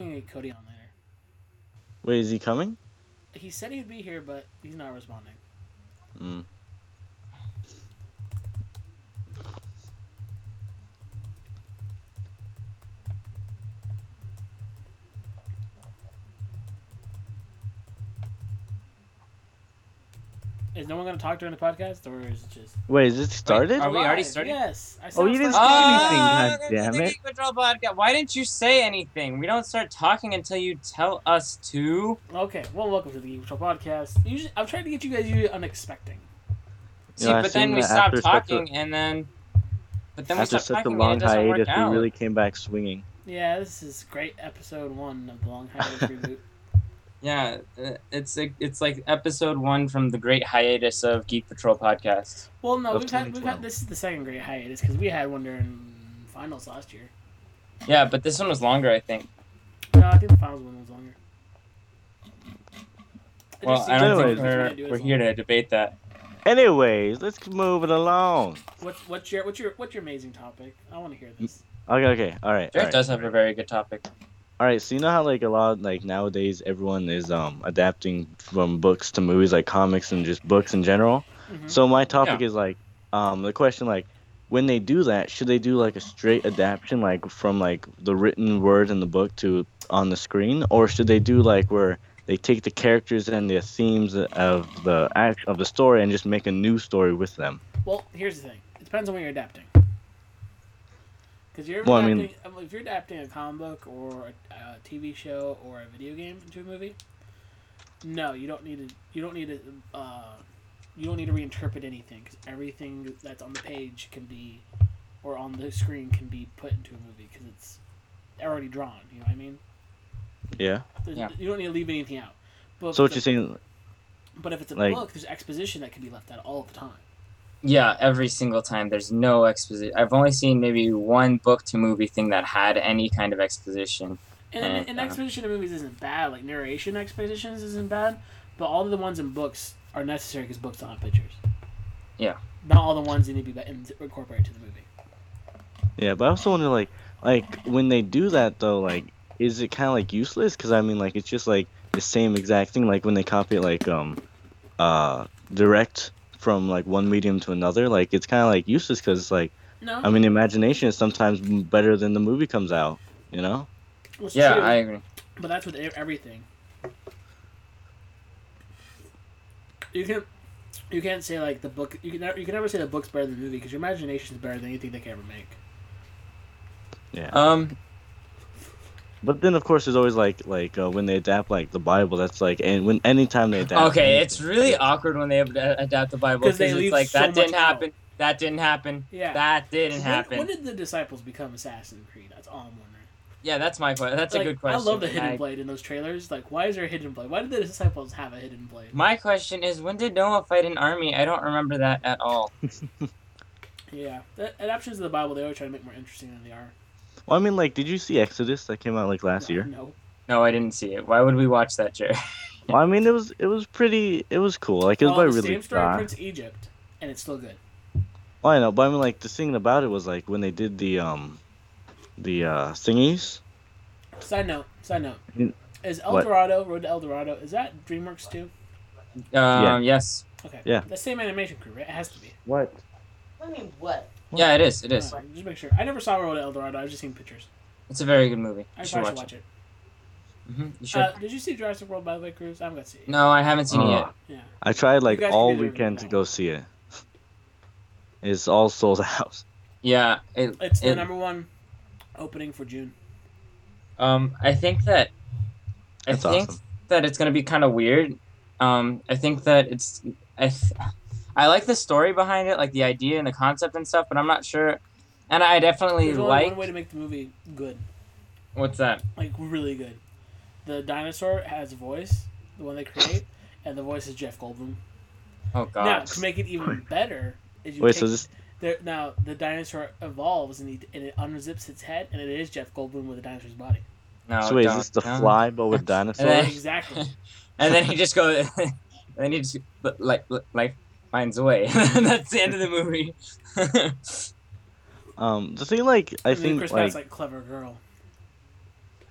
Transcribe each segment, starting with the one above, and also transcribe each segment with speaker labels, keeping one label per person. Speaker 1: I'm gonna get Cody on later.
Speaker 2: Wait, is he coming?
Speaker 1: He said he'd be here, but he's not responding.
Speaker 2: Mm.
Speaker 1: Is no one gonna talk during the podcast, or is it just?
Speaker 2: Wait, is it started?
Speaker 3: are we- already
Speaker 1: Live,
Speaker 3: started?
Speaker 1: Yes. I said
Speaker 2: Oh,
Speaker 1: it
Speaker 2: you didn't
Speaker 1: was
Speaker 2: say
Speaker 1: live.
Speaker 2: anything,
Speaker 3: Ah,
Speaker 2: goddammit.
Speaker 3: the Game Control Podcast. Why didn't you say anything? We don't start talking until you tell us to.
Speaker 1: Okay, well, welcome to the Geek Patrol podcast. Usually, I'm trying to get you guys usually unexpecting.
Speaker 3: See,
Speaker 2: Yeah, I
Speaker 3: but then
Speaker 2: think
Speaker 3: we
Speaker 2: that
Speaker 3: stopped
Speaker 2: after such a-
Speaker 3: talking, and then, but then we
Speaker 2: After
Speaker 3: stopped
Speaker 2: such a
Speaker 3: talking,
Speaker 2: long
Speaker 3: and it doesn't
Speaker 2: hiatus,
Speaker 3: work
Speaker 2: we
Speaker 3: out.
Speaker 2: really came back swinging.
Speaker 1: Yeah, this is great episode one of the Long Hiatus reboot.
Speaker 3: Yeah, uh, it's like it's like episode one from the great hiatus of Geek Patrol Podcast.
Speaker 1: Well, no,
Speaker 2: Of
Speaker 1: we've had, we've had
Speaker 2: 2012.
Speaker 1: this is the second great hiatus because we had one during finals last year.
Speaker 3: Yeah, but this one was longer, I think.
Speaker 1: No, I think the finals one was longer. It
Speaker 3: Well,
Speaker 1: just
Speaker 3: I
Speaker 1: seems
Speaker 3: don't
Speaker 1: like
Speaker 2: Anyways.
Speaker 3: think
Speaker 1: we
Speaker 3: we're,
Speaker 1: can't do as
Speaker 3: we're
Speaker 1: long.
Speaker 3: here to debate that.
Speaker 2: Anyways, let's keep moving along.
Speaker 1: What's what's your what's your what's your amazing topic? I want to hear this.
Speaker 2: Okay, okay, all right.
Speaker 3: Jared
Speaker 2: all right,
Speaker 3: does
Speaker 2: all
Speaker 3: have
Speaker 2: right.
Speaker 3: a very good topic.
Speaker 2: All right, so you know how like a lot like nowadays everyone is um adapting from books to movies like comics and just books in general.
Speaker 1: Mhm.
Speaker 2: So my topic is like um the question like when they do that, should they do like a straight adaptation like from like the written word in the book to on the screen or should they do like where they take the characters and the themes of the act of the story and just make a new story with them?
Speaker 1: Well, here's the thing. It depends on what you're adapting. Because you're
Speaker 2: Well, I mean-
Speaker 1: adapting, I mean, if you're adapting a comic book or a, a TV show or a video game into a movie, no, you don't need to. You don't need to. Uh, you don't need to reinterpret anything because everything that's on the page can be, or on the screen can be put into a movie because it's already drawn. You know what I mean?
Speaker 2: Yeah.
Speaker 1: There's-
Speaker 3: Yeah.
Speaker 1: You don't need to leave anything out. But
Speaker 2: So
Speaker 1: if
Speaker 2: what you're
Speaker 1: it's a-
Speaker 2: saying
Speaker 1: But if it's a
Speaker 2: like-
Speaker 1: book, there's exposition that can be left out all the time.
Speaker 3: Yeah, every single time. There's no exposition. I've only seen maybe one book to movie thing that had any kind of exposition.
Speaker 1: And, and, and
Speaker 3: Uh,
Speaker 1: exposition in movies isn't bad. Like narration expositions isn't bad, but all the ones in books are necessary because books don't have pictures.
Speaker 3: Yeah.
Speaker 1: Not all the ones you need to be in- incorporated to the movie.
Speaker 2: Yeah, but I also wonder, like, like when they do that though, like, is it kind of like useless? Because I mean, like, it's just like the same exact thing. Like when they copy it, like, um, uh, direct from like one medium to another, like it's kind of like useless. Because like,
Speaker 1: No.
Speaker 2: I
Speaker 3: Um,
Speaker 2: mean, imagination is sometimes m- better than the movie comes out. You know?
Speaker 1: It's
Speaker 3: Yeah,
Speaker 1: true,
Speaker 3: I agree.
Speaker 1: But that's with e- everything. You can. You can't say like the book. You can never, you can never say the book's better than the movie because your imagination is better than anything they can ever make.
Speaker 2: Yeah.
Speaker 3: Um,
Speaker 2: but then of course there's always like like uh, when they adapt like the Bible. That's like and when anytime they adapt.
Speaker 3: okay,
Speaker 2: anything-
Speaker 3: it's really awkward when they ad- adapt the Bible
Speaker 1: 'Cause
Speaker 3: because
Speaker 1: they leave
Speaker 3: it's like
Speaker 1: so
Speaker 3: that didn't
Speaker 1: much
Speaker 3: happen. That didn't happen.
Speaker 1: Yeah.
Speaker 3: That didn't
Speaker 1: When-
Speaker 3: happen.
Speaker 1: When, did the disciples become Assassin's Creed? That's all I'm wondering.
Speaker 3: Yeah, that's my question. That's
Speaker 1: Like,
Speaker 3: a good question.
Speaker 1: I love the hidden
Speaker 3: I-
Speaker 1: blade in those trailers. Like, why is there a hidden blade? Why did the disciples have a hidden blade?
Speaker 3: My question is, when did Noah fight an army? I don't remember that at all.
Speaker 1: Yeah, the adaptations of the Bible they always try to make more interesting than they are.
Speaker 2: Well, I mean, like, did you see Exodus that came out like last year?
Speaker 1: No,
Speaker 3: No, I didn't see it. Why would we watch that, Jared? Um,
Speaker 2: Well, I mean, it was it was pretty. It was cool. Like it was
Speaker 1: Well,
Speaker 2: by
Speaker 1: the
Speaker 2: really
Speaker 1: same story
Speaker 2: fast.
Speaker 1: Prince Egypt, and it's still good.
Speaker 2: Well, I know, but I mean, like the thing about it was like when they did the um, the uh thingies.
Speaker 1: Side note, side note,
Speaker 2: Mm,
Speaker 1: is El
Speaker 2: what?
Speaker 1: Dorado Road to El Dorado is that DreamWorks too?
Speaker 3: Um,
Speaker 2: Yeah.
Speaker 3: Yes.
Speaker 1: Okay,
Speaker 2: Yeah.
Speaker 1: the same animation crew, right? It has to be.
Speaker 2: What?
Speaker 4: I mean, what?
Speaker 3: Yeah, it is. It is.
Speaker 1: Alright, just make sure. I never saw Road to El Dorado. I've just seen pictures.
Speaker 3: It's a very good movie.
Speaker 1: I
Speaker 3: You
Speaker 1: should
Speaker 3: should
Speaker 1: watch,
Speaker 3: watch it.
Speaker 1: watch it.
Speaker 3: Mhm, You should.
Speaker 1: Uh, did you see Jurassic World by the way, Cruz? I haven't got to see it.
Speaker 3: No, I haven't seen it yet.
Speaker 1: Yeah.
Speaker 2: I tried like
Speaker 1: You guys
Speaker 2: all
Speaker 1: can do the
Speaker 2: weekend to
Speaker 1: review.
Speaker 2: go see it. It's all sold out.
Speaker 3: Yeah. It,
Speaker 1: It's the
Speaker 3: it-
Speaker 1: number one opening for June.
Speaker 3: Um, I think that I
Speaker 2: That's
Speaker 3: think
Speaker 2: awesome.
Speaker 3: that it's gonna be kind of weird. Um, I think that it's I, th- I like the story behind it, like the idea and the concept and stuff, but I'm not sure. And I definitely
Speaker 1: There's only
Speaker 3: like
Speaker 1: one way to make the movie good.
Speaker 3: what's that?
Speaker 1: like really good. The dinosaur has a voice, the one they create, and the voice is Jeff Goldblum.
Speaker 3: Oh God.
Speaker 1: Now to make it even better, is you
Speaker 2: Wait,
Speaker 1: take
Speaker 2: so this
Speaker 1: the, now the dinosaur evolves and, he, and it unzips its head, and it is Jeff Goldblum with the dinosaur's body.
Speaker 3: no,
Speaker 2: so wait, is
Speaker 3: don't,
Speaker 2: this the
Speaker 3: don't.
Speaker 2: fly but with
Speaker 3: then-
Speaker 2: dinosaurs?
Speaker 1: exactly.
Speaker 3: And then he just goes. and then he just li- like li- like finds a way. That's the end of the movie.
Speaker 2: Um, the thing like I
Speaker 1: and then
Speaker 2: think
Speaker 1: Chris
Speaker 2: like
Speaker 1: Pratt's like clever girl.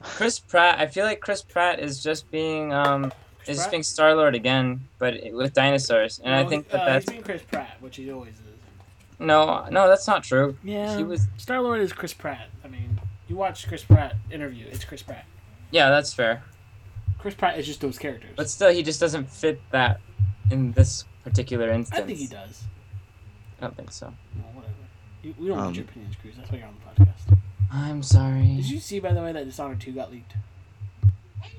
Speaker 3: Chris Pratt. I feel like Chris Pratt is just being um is just being Star Lord again, but it- with dinosaurs. And I
Speaker 1: Well,
Speaker 3: think
Speaker 1: uh,
Speaker 3: that that's
Speaker 1: he's being Chris Pratt, which he always is.
Speaker 3: no, no, that's not true.
Speaker 1: Yeah,
Speaker 3: He was
Speaker 1: Star Lord is Chris Pratt. I mean, you watch Chris Pratt interview. It's Chris Pratt.
Speaker 3: yeah, that's fair.
Speaker 1: Chris Pratt is just those characters.
Speaker 3: But still, he just doesn't fit that in this particular instance.
Speaker 1: I think he does.
Speaker 3: I don't think so.
Speaker 1: Well, whatever. You, we don't
Speaker 2: Um,
Speaker 1: want your opinions, Cruz. That's why you're on the podcast.
Speaker 3: I'm sorry.
Speaker 1: Did you see, by the way, that Dishonored 2 got leaked?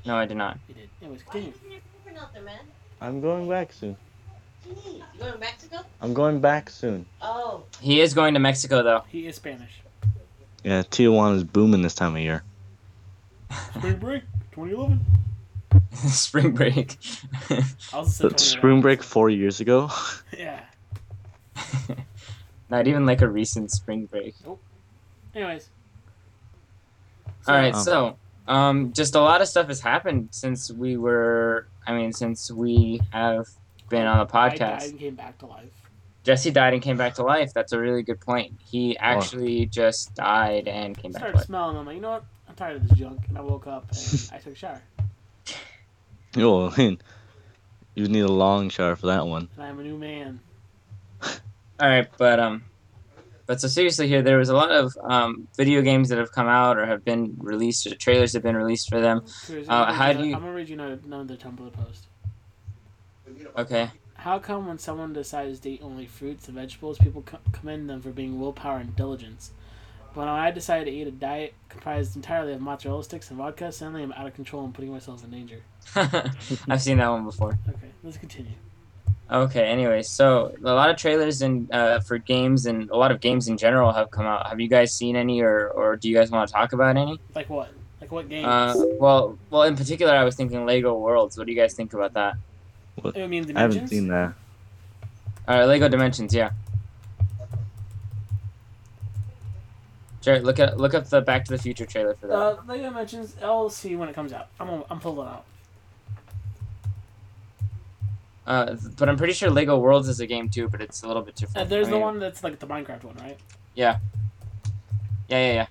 Speaker 3: No, I did not.
Speaker 1: It did. Anyways,
Speaker 4: Why
Speaker 1: continue.
Speaker 4: isn't your girlfriend out there, man?
Speaker 2: I'm going back soon.
Speaker 4: Jeez, you going to Mexico?
Speaker 2: I'm going back soon.
Speaker 4: Oh,
Speaker 3: He is going to Mexico though.
Speaker 1: He is Spanish.
Speaker 2: Yeah, Tijuana's booming this time of year.
Speaker 1: Spring Break 2011.
Speaker 3: Spring break.
Speaker 1: I also said 2011.
Speaker 2: Spring break four years ago.
Speaker 1: Yeah.
Speaker 3: not even like a recent spring break.
Speaker 1: Anyways.
Speaker 3: All right,
Speaker 2: Um,
Speaker 3: so um, just a lot of stuff has happened since we were. I mean, since we have been on the
Speaker 1: I died
Speaker 3: podcast.
Speaker 1: and came back to life.
Speaker 3: Jesse died and came back to life. That's a really good point. He actually just died and came back to
Speaker 1: started
Speaker 3: life.
Speaker 1: smelling. I'm like, you know what? I'm tired of this junk. And I woke up and I took a shower.
Speaker 2: Yo, man, you need a long shower for that one.
Speaker 1: And I'm a new man.
Speaker 3: All right, but um, but so seriously, here there was a lot of um, video games that have come out or have been released. Or trailers have been released for them.
Speaker 1: Cruz,
Speaker 3: Uh,
Speaker 1: I'm gonna
Speaker 3: how
Speaker 1: read
Speaker 3: do you-
Speaker 1: I'm gonna read you another, another Tumblr post.
Speaker 3: Okay,
Speaker 1: How come when someone decides to eat only fruits and vegetables, people co- commend them for being willpower and diligence? But when I decided to eat a diet comprised entirely of mozzarella sticks and vodka, suddenly I'm out of control and putting myself in danger.
Speaker 3: I've seen that one before.
Speaker 1: Okay, let's continue.
Speaker 3: Okay. Anyway, so a lot of trailers and uh, for games and a lot of games in general have come out. Have you guys seen any, or or do you guys want to talk about any?
Speaker 1: Like what? Like what games?
Speaker 3: Uh, well, well, in particular, I was thinking Lego Worlds. What do you guys think about that?
Speaker 1: I mean, dimensions?
Speaker 2: I haven't seen that.
Speaker 3: Uh, Lego Dimensions, yeah. Jared, look at look up the Back to the Future trailer for that.
Speaker 1: Uh, like I mentioned, I'll see when it comes out. I'm gonna- I'm pulling out.
Speaker 3: Uh, but I'm pretty sure Lego Worlds is a game too, but it's a little bit
Speaker 1: Uh,
Speaker 3: different.
Speaker 1: there's
Speaker 3: I
Speaker 1: the
Speaker 3: mean-
Speaker 1: one that's like the Minecraft one, right?
Speaker 3: Yeah, yeah, yeah.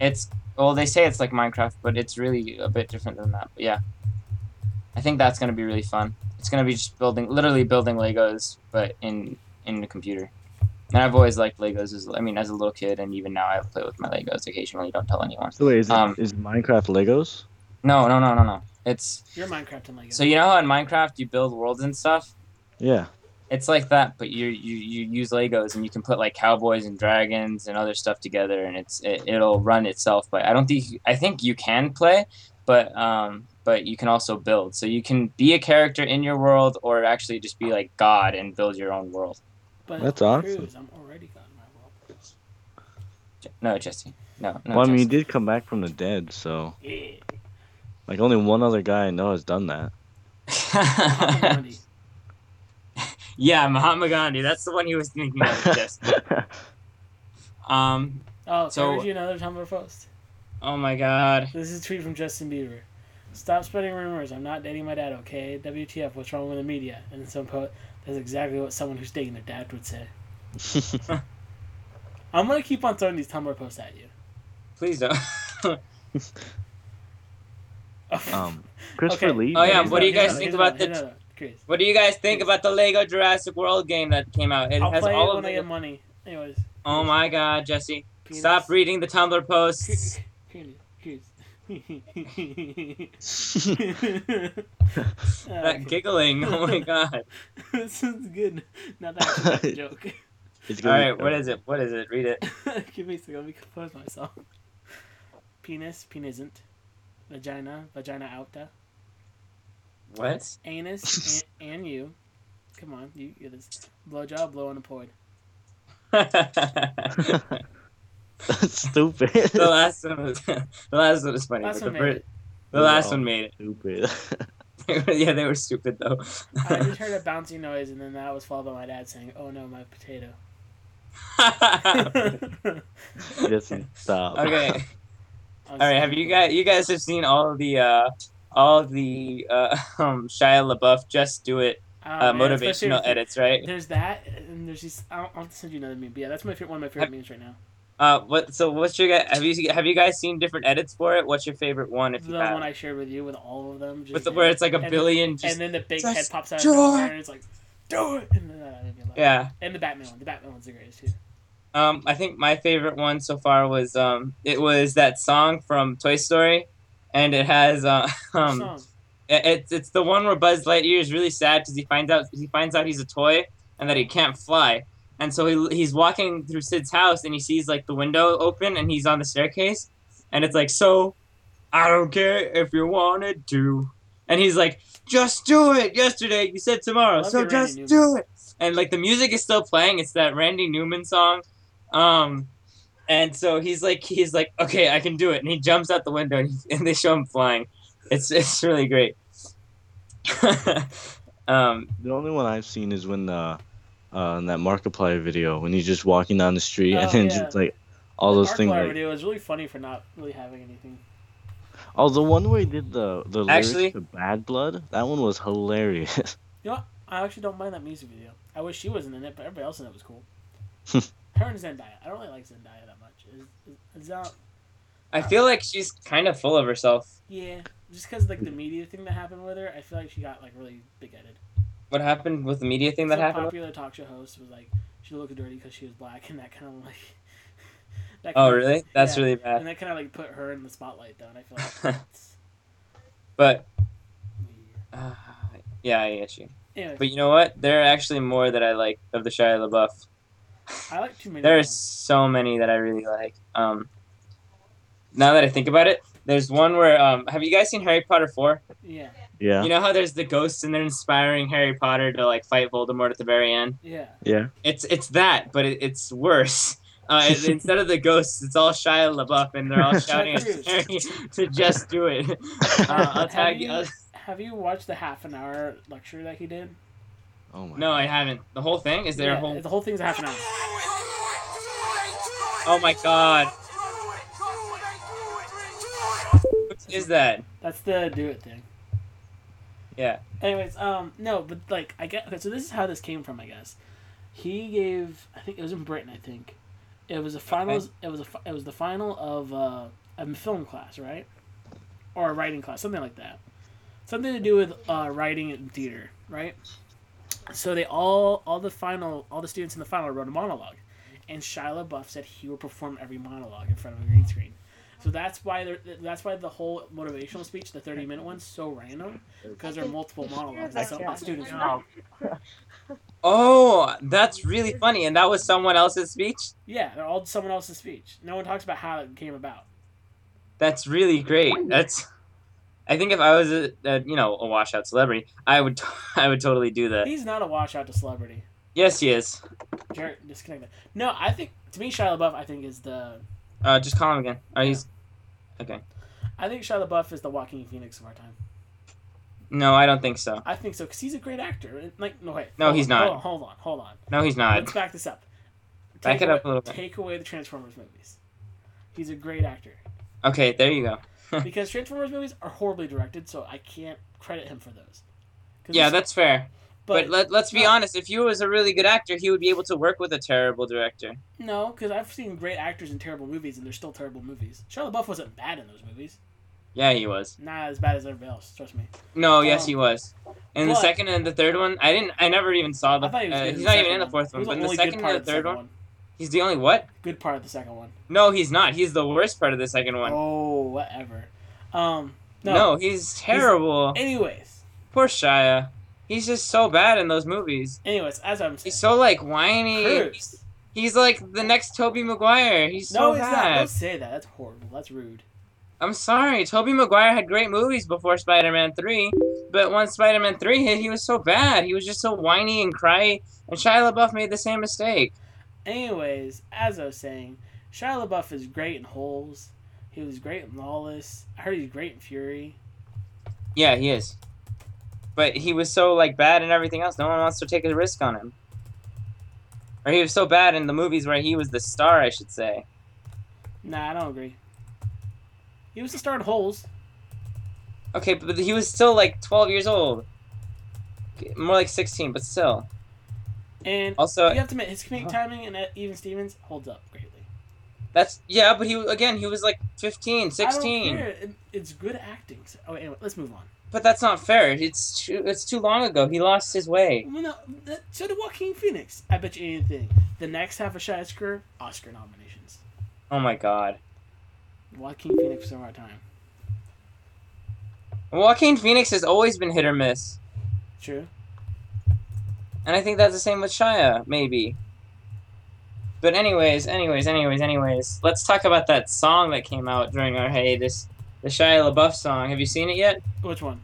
Speaker 3: It's well, they say it's like Minecraft, but it's really a bit different than that. But yeah, I think that's gonna be really fun. It's gonna be just building, literally building Legos, but in in the computer. And I've always liked Legos. As I mean, as a little kid, and even now, I play with my Legos occasionally. Don't tell anyone.
Speaker 2: So wait, is, it,
Speaker 3: Um,
Speaker 2: is Minecraft Legos?
Speaker 3: No, no, no, no, no. It's
Speaker 1: You're Minecraft and Lego.
Speaker 3: so you know how in Minecraft you build worlds and stuff.
Speaker 2: Yeah.
Speaker 3: It's like that, but you you you use Legos and you can put like cowboys and dragons and other stuff together, and it's it, it'll run itself. But I don't think I think you can play, but um but you can also build. So you can be a character in your world, or actually just be like God and build your own world.
Speaker 1: but
Speaker 2: That's awesome.
Speaker 1: Cruz, I'm already gone. in my world.
Speaker 3: J- No, Jesse. No. no
Speaker 2: well, I mean, you
Speaker 3: Jesse.
Speaker 2: did come back from the dead, so
Speaker 1: Yeah.
Speaker 2: like only one other guy I know has done that.
Speaker 1: Papa Gandhi.
Speaker 3: yeah, Mahatma Gandhi. That's the one he was thinking of. Jesse. Um.
Speaker 1: Oh, so
Speaker 3: So-
Speaker 1: I read you another Tumblr post.
Speaker 3: Oh my God.
Speaker 1: This is a tweet from Justin Bieber. Stop spreading rumors. I'm not dating my dad, okay? WTF, what's wrong with the media? And some post, that's exactly what someone who's dating their dad would say. I'm going to keep on throwing these Tumblr posts at you.
Speaker 3: Please don't.
Speaker 2: um, Christopher Lee.
Speaker 3: Oh, yeah,
Speaker 2: made
Speaker 3: what do you
Speaker 2: that.
Speaker 3: guys think about the-
Speaker 1: No, no, Chris.
Speaker 3: What do you guys think about the Lego Jurassic World game that came out? It
Speaker 1: I'll
Speaker 3: has
Speaker 1: play it
Speaker 3: all of
Speaker 1: when I
Speaker 3: the.
Speaker 1: get money. Anyways.
Speaker 3: Oh my God, Jesse!
Speaker 1: penis.
Speaker 3: Stop reading the Tumblr posts.
Speaker 1: Chris, Chris.
Speaker 3: that
Speaker 1: Okay.
Speaker 3: giggling. Oh my God.
Speaker 1: this is good. Not that a joke.
Speaker 2: It's
Speaker 3: All
Speaker 2: gonna be
Speaker 3: right, what
Speaker 2: terrible.
Speaker 3: is it? What is it? Read it.
Speaker 1: Give me a second. Let me compose myself. Penis, penisant. Vagina, vagina outa.
Speaker 3: What?
Speaker 1: Anus, and, and you. Come on, you get this. Blowjob, blow unemployed.
Speaker 3: the
Speaker 2: That's stupid.
Speaker 3: last one was the last one was funny.
Speaker 1: Last
Speaker 3: but
Speaker 1: one made
Speaker 3: the, fir-
Speaker 1: it.
Speaker 3: the last
Speaker 2: No.
Speaker 3: one made
Speaker 2: stupid.
Speaker 3: it. yeah, they were stupid though.
Speaker 1: I just heard a bouncy noise, and then that was followed by my dad saying, "Oh no, my potato."
Speaker 3: Ah.
Speaker 2: Just stop.
Speaker 3: okay. All right. Have you guys? You guys have seen all the. uh all the uh, um, Shia LaBeouf "Just Do It"
Speaker 1: Oh,
Speaker 3: uh, motivational edits, right?
Speaker 1: There's that, and therell just. I'll, I'll have to send you another meme. But yeah, that's my favorite, one of my favorite memes right now.
Speaker 3: Uh, what? So, what's your? gu- Have you have you guys seen different edits for it? What's your favorite one? If
Speaker 1: the
Speaker 3: you have,
Speaker 1: one I shared with you with all of them. Just
Speaker 3: with the, where it's like a
Speaker 1: and-
Speaker 3: billion, just
Speaker 1: and then the big head
Speaker 3: just
Speaker 1: pops out of
Speaker 3: draw.
Speaker 1: nowhere and it's like, do it. And, then, uh, it'd be like-
Speaker 3: yeah.
Speaker 1: and the Batman one. The Batman one's the greatest too.
Speaker 3: Um, I think my favorite one so far was um, it was that song from Toy Story, and it has uh, um,
Speaker 1: Song.
Speaker 3: it- it's it's the one where Buzz Lightyear is really sad because he finds out he finds out he's a toy and that he can't fly, and so he, he's walking through Sid's house and he sees like the window open and he's on the staircase, and it's like so, I don't care if you wanted to, and he's like just do it. Yesterday you said tomorrow,
Speaker 1: I love
Speaker 3: so
Speaker 1: your
Speaker 3: just
Speaker 1: Randy Newman.
Speaker 3: do it. And like the music is still playing. It's that Randy Newman song, um. And so he's like, he's like, okay, I can do it, and he jumps out the window, and, he, and they show him flying. It's it's really great. um,
Speaker 2: The only one I've seen is when the uh, in that Markiplier video when he's just walking down the street
Speaker 1: Oh,
Speaker 2: and then
Speaker 1: yeah.
Speaker 2: just like all
Speaker 1: The
Speaker 2: those things.
Speaker 1: Markiplier
Speaker 2: Like,
Speaker 1: video is really funny for not really having anything.
Speaker 2: oh, the one where he did the the lyrics
Speaker 3: Actually-
Speaker 2: to Bad Blood, that one was hilarious.
Speaker 1: I actually don't mind that music video. I wish she wasn't in it, but everybody else in it was cool. Her and Zendaya. I don't really like Zendaya that much. Is, is, is that,
Speaker 3: I feel like she's kind of full of herself.
Speaker 1: yeah, just because like the media thing that happened with her, I feel like she got like really big-headed.
Speaker 3: What happened with the media thing that
Speaker 1: Some
Speaker 3: happened?
Speaker 1: popular talk show host was like, she looked dirty because she was black, and that kind of like. that
Speaker 3: Oh,
Speaker 1: kinda-
Speaker 3: really? That's
Speaker 1: yeah.
Speaker 3: really
Speaker 1: And
Speaker 3: bad.
Speaker 1: that kind of like put her in the spotlight, though, and I feel like that's
Speaker 3: But
Speaker 1: weird.
Speaker 3: uh, yeah, I get you.
Speaker 1: Anyway,
Speaker 3: But you know what? There are actually more that I like of the Shia LaBeouf.
Speaker 1: I like too many.
Speaker 3: There are
Speaker 1: of
Speaker 3: so many that I really like. Um, now that I think about it, there's one where um, have you guys seen Harry Potter four?
Speaker 1: them. Yeah,
Speaker 2: yeah,
Speaker 3: You know how there's the ghosts and they're inspiring Harry Potter to like fight Voldemort at the very end.
Speaker 1: yeah.
Speaker 2: yeah.
Speaker 3: It's it's that, but it, it's worse. Uh, it- instead of the ghosts, it's all Shia LaBeouf, and they're all shouting at Harry to just do it. Uh, I'll
Speaker 1: Have
Speaker 3: tag
Speaker 1: you-
Speaker 3: you. I'll-
Speaker 1: Have you watched the half an hour lecture that he did?
Speaker 2: oh my.
Speaker 3: no, I haven't. The whole thing is there
Speaker 1: yeah,
Speaker 3: a whole.
Speaker 1: The whole thing's a half an hour.
Speaker 3: Oh my God! What is that?
Speaker 1: That's the do it thing.
Speaker 3: Yeah.
Speaker 1: Anyways, um, no, but like I get okay, so this is how this came from, I guess. He gave, I think it was in Britain, I think. It was a finals. It was a. fi- It was the final of uh, a film class, right? Or a writing class, something like that. Something to do with uh, writing and theater, right? So they all, all the final, all the students in the final wrote a monologue, and Shia LaBeouf said he would perform every monologue in front of a green screen. So that's why they're, that's why the whole motivational speech, the thirty minute one's so random because there are multiple monologues. that some students wrote.
Speaker 3: Oh, that's really funny, and that was someone else's speech.
Speaker 1: Yeah, they're all someone else's speech. No one talks about how it came about.
Speaker 3: That's really great. That's. I think if I was a, a you know a washout celebrity, I would I would totally do that.
Speaker 1: He's not a washout to celebrity.
Speaker 3: Yes, he is.
Speaker 1: Jared, disconnect that. No, I think to me Shia LaBeouf, I think is the
Speaker 3: Uh, just call him again. Oh, he's. Okay.
Speaker 1: I think Shia LaBeouf is the Walking Phoenix of our time.
Speaker 3: No, I don't think so.
Speaker 1: I think so because he's a great actor. And, Like no wait.
Speaker 3: No,
Speaker 1: hold
Speaker 3: he's
Speaker 1: on,
Speaker 3: not.
Speaker 1: Hold on, hold on, hold on.
Speaker 3: No, he's not.
Speaker 1: Let's back this up.
Speaker 3: Back
Speaker 1: Take
Speaker 3: it
Speaker 1: away-
Speaker 3: up a little bit.
Speaker 1: Take away the Transformers movies. He's a great actor.
Speaker 3: Okay, there you go.
Speaker 1: because Transformers movies are horribly directed, so I can't credit him for those. 'Cause
Speaker 3: Yeah,
Speaker 1: it's-
Speaker 3: that's fair. But, let, let's be
Speaker 1: no.
Speaker 3: honest, if you was a really good actor, he would be able to work with a terrible director.
Speaker 1: no, because I've seen great actors in terrible movies, and they're still terrible movies. Shia LaBeouf wasn't bad in those movies,
Speaker 3: Yeah, he was.
Speaker 1: not as bad as everybody else. Trust me.
Speaker 3: No, yes,
Speaker 1: Um,
Speaker 3: he was. In the
Speaker 1: but-
Speaker 3: second and the third one, I didn't. I never even saw the.
Speaker 1: I thought he was
Speaker 3: uh,
Speaker 1: good.
Speaker 3: he's
Speaker 1: in
Speaker 3: not
Speaker 1: the
Speaker 3: even
Speaker 1: second
Speaker 3: in the
Speaker 1: one.
Speaker 3: fourth
Speaker 1: He
Speaker 3: one.
Speaker 1: was
Speaker 3: But in the
Speaker 1: only
Speaker 3: second
Speaker 1: good
Speaker 3: and
Speaker 1: part
Speaker 3: the
Speaker 1: of the
Speaker 3: third
Speaker 1: second
Speaker 3: one, he's the only what?
Speaker 1: Good part of the second one.
Speaker 3: No, he's not. He's the worst part of the second one.
Speaker 1: Oh, whatever. Um,
Speaker 3: no.
Speaker 1: no.
Speaker 3: he's terrible.
Speaker 1: Anyways,
Speaker 3: Poor Shia. He's just so bad in those movies.
Speaker 1: anyways, as I'm saying,
Speaker 3: He's so like whiny.
Speaker 1: Cruz.
Speaker 3: He's like the next Toby Maguire. He's
Speaker 1: No,
Speaker 3: so
Speaker 1: he's not.
Speaker 3: bad.
Speaker 1: Don't say that. That's horrible. That's rude.
Speaker 3: I'm sorry, Toby Maguire had great movies before Spider-Man 3, but once Spider-Man 3 hit, he was so bad. He was just so whiny and cry, and Shia LaBeouf made the same mistake.
Speaker 1: Anyways, as I was saying, Shia LaBeouf is great in Holes. He was great in Lawless. I heard he's great in Fury.
Speaker 3: Yeah, he is. But he was so like bad and everything else. No one wants to take a risk on him. Or he was so bad in the movies where he was the star, I should say.
Speaker 1: Nah, I don't agree. He was the star in Holes.
Speaker 3: Okay, but he was still like 12 years old. More like 16, but still.
Speaker 1: And
Speaker 3: Also, Uh-huh.
Speaker 1: uh, you have to admit, his comedic timing and Even Stevens holds up greatly.
Speaker 3: That's yeah, but he again he was like 15,
Speaker 1: I don't
Speaker 3: 16.
Speaker 1: care. It- It's good acting. So, oh, anyway, let's move on.
Speaker 3: But that's not fair. It's too, it's too long ago. He lost his way.
Speaker 1: Well, no, that, so did Joaquin Phoenix. I bet you anything. The next half of Shad's career, Oscar nominations.
Speaker 3: Oh my god.
Speaker 1: Joaquin Phoenix of our time.
Speaker 3: Joaquin Phoenix has always been hit or miss,
Speaker 1: True.
Speaker 3: and I think that's the same with Shia maybe. But anyways, anyways, anyways, anyways, let's talk about that song that came out during our hiatus. The Shia LaBeouf song. Have you seen it yet?
Speaker 1: Which one?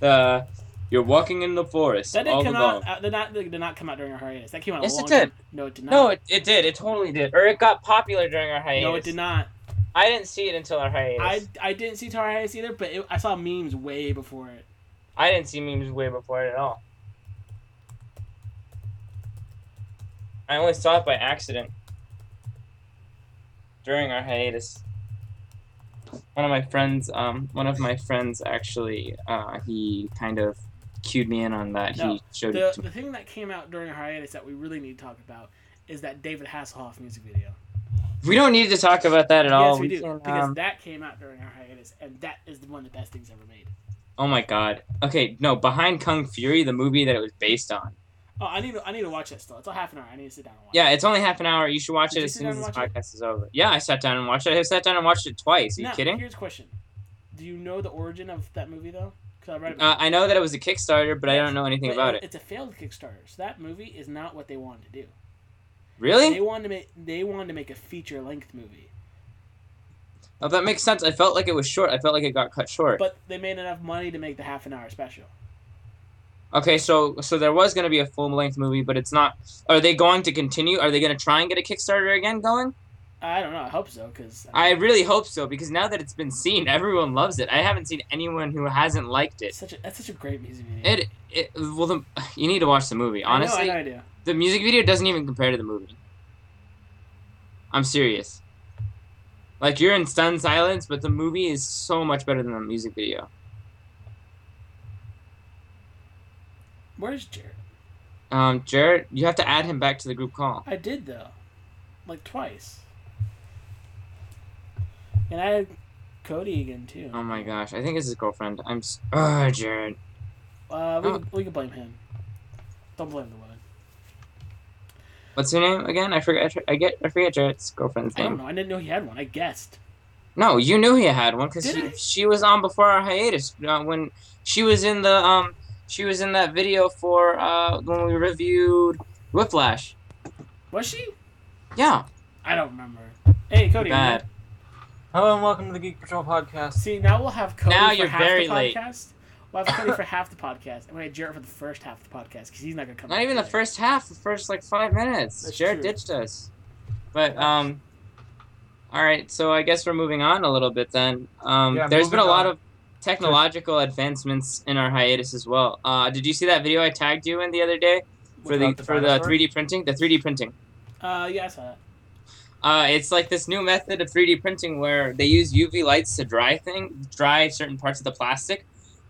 Speaker 3: The You're walking in the forest
Speaker 1: That
Speaker 3: all
Speaker 1: didn't come
Speaker 3: alone.
Speaker 1: out. Uh, did not did not come out during our hiatus. That came out.
Speaker 3: Yes,
Speaker 1: a
Speaker 3: it
Speaker 1: long
Speaker 3: did.
Speaker 1: Time. No, it did not.
Speaker 3: No, it, it did. It totally did. Or it got popular during our hiatus.
Speaker 1: no, it did not.
Speaker 3: I didn't see it until our hiatus.
Speaker 1: I, I didn't see Tar Hiatus either, but it, I saw memes way before it.
Speaker 3: I didn't see memes way before it at all. I only saw it by accident during our hiatus. One of my friends, um, one of my friends actually, uh, he kind of cued me in on that.
Speaker 1: No,
Speaker 3: he showed
Speaker 1: The,
Speaker 3: it to me.
Speaker 1: the thing that came out during our hiatus that we really need to talk about is that David Hasselhoff music video.
Speaker 3: We don't need to talk about that at all.
Speaker 1: yes, we, do
Speaker 3: can,
Speaker 1: because
Speaker 3: um,
Speaker 1: that came out during our hiatus, and that is the one of the best things ever made.
Speaker 3: oh my god. Okay, no, behind Kung Fury, the movie that it was based on.
Speaker 1: Oh, I need to, I need to watch that still. It's all half an hour. I need to sit down and watch. it.
Speaker 3: Yeah, it's only half an hour. You should watch
Speaker 1: Did
Speaker 3: it
Speaker 1: you
Speaker 3: as
Speaker 1: sit
Speaker 3: soon
Speaker 1: down
Speaker 3: as this
Speaker 1: and watch it?
Speaker 3: podcast is over. Yeah, I sat down and watched it. I sat down and watched it twice. Are you
Speaker 1: Now,
Speaker 3: kidding?
Speaker 1: Here's a question: Do you know the origin of that movie though? Because I read
Speaker 3: Uh,
Speaker 1: about
Speaker 3: I know that it was a Kickstarter, but I don't know anything
Speaker 1: but
Speaker 3: about it.
Speaker 1: It's a failed Kickstarter, so that movie is not what they wanted to do. They
Speaker 3: Really?
Speaker 1: wanted to make they wanted to make a feature length movie,
Speaker 3: Oh, that makes sense. I felt like it was short. I felt like it got cut short.
Speaker 1: but they made enough money to make the half an hour special.
Speaker 3: Okay, so so there was going to be a full length movie, but it's not. Are they going to continue? Are they going to try and get a Kickstarter again going?
Speaker 1: I don't know. I hope so because
Speaker 3: I really hope so because now that it's been seen, everyone loves it. I haven't seen anyone who hasn't liked it.
Speaker 1: such a, that's such a great music video.
Speaker 3: It it well, the, you need to watch the movie. Honestly,
Speaker 1: I know, I know I do.
Speaker 3: The music video doesn't even compare to the movie. I'm serious. Like you're in stunned silence, but the movie is so much better than the music video.
Speaker 1: Where's Jared?
Speaker 3: Um, Jared, you have to add him back to the group call.
Speaker 1: I did though, like twice. And I had Cody again too.
Speaker 3: Oh my gosh, I think it's his girlfriend. I'm. s Ugh, Jared.
Speaker 1: Uh, we,
Speaker 3: Oh.
Speaker 1: could, we could blame him. Don't blame the woman.
Speaker 3: What's her name again? I forget. I get. I forget Jared's girlfriend's
Speaker 1: I don't
Speaker 3: name.
Speaker 1: know. I didn't know he had one. I guessed.
Speaker 3: No, you knew he had one because
Speaker 1: Did
Speaker 3: she,
Speaker 1: I?
Speaker 3: she was on before our hiatus uh, when she was in the um she was in that video for uh when we reviewed Whiplash.
Speaker 1: Was she?
Speaker 3: Yeah.
Speaker 1: I don't remember. Hey, Cody.
Speaker 3: Bad.
Speaker 5: Hello and welcome to the Geek Patrol podcast.
Speaker 1: See, now we'll have Cody
Speaker 3: Now
Speaker 1: for
Speaker 3: you're
Speaker 1: half
Speaker 3: very
Speaker 1: the
Speaker 3: late.
Speaker 1: podcast. We'll have Cody for half the podcast, and we had Jared for the first half of the podcast because he's not gonna come.
Speaker 3: Not
Speaker 1: back
Speaker 3: even the
Speaker 1: today.
Speaker 3: first half, the first like five minutes.
Speaker 1: That's
Speaker 3: Jared
Speaker 1: true.
Speaker 3: ditched us. But um all right, so I guess we're moving on a little bit then. Um
Speaker 5: Yeah,
Speaker 3: there's been a
Speaker 5: moving
Speaker 3: lot
Speaker 5: on.
Speaker 3: of technological advancements in our hiatus as well. Uh did you see that video I tagged you in the other day for the,
Speaker 5: About the
Speaker 3: for the
Speaker 5: dinosaurs?
Speaker 3: 3D printing? The 3D printing.
Speaker 1: Uh, yeah, I saw that.
Speaker 3: Uh it's like this new method of 3D printing where they use UV lights to dry thing, dry certain parts of the plastic.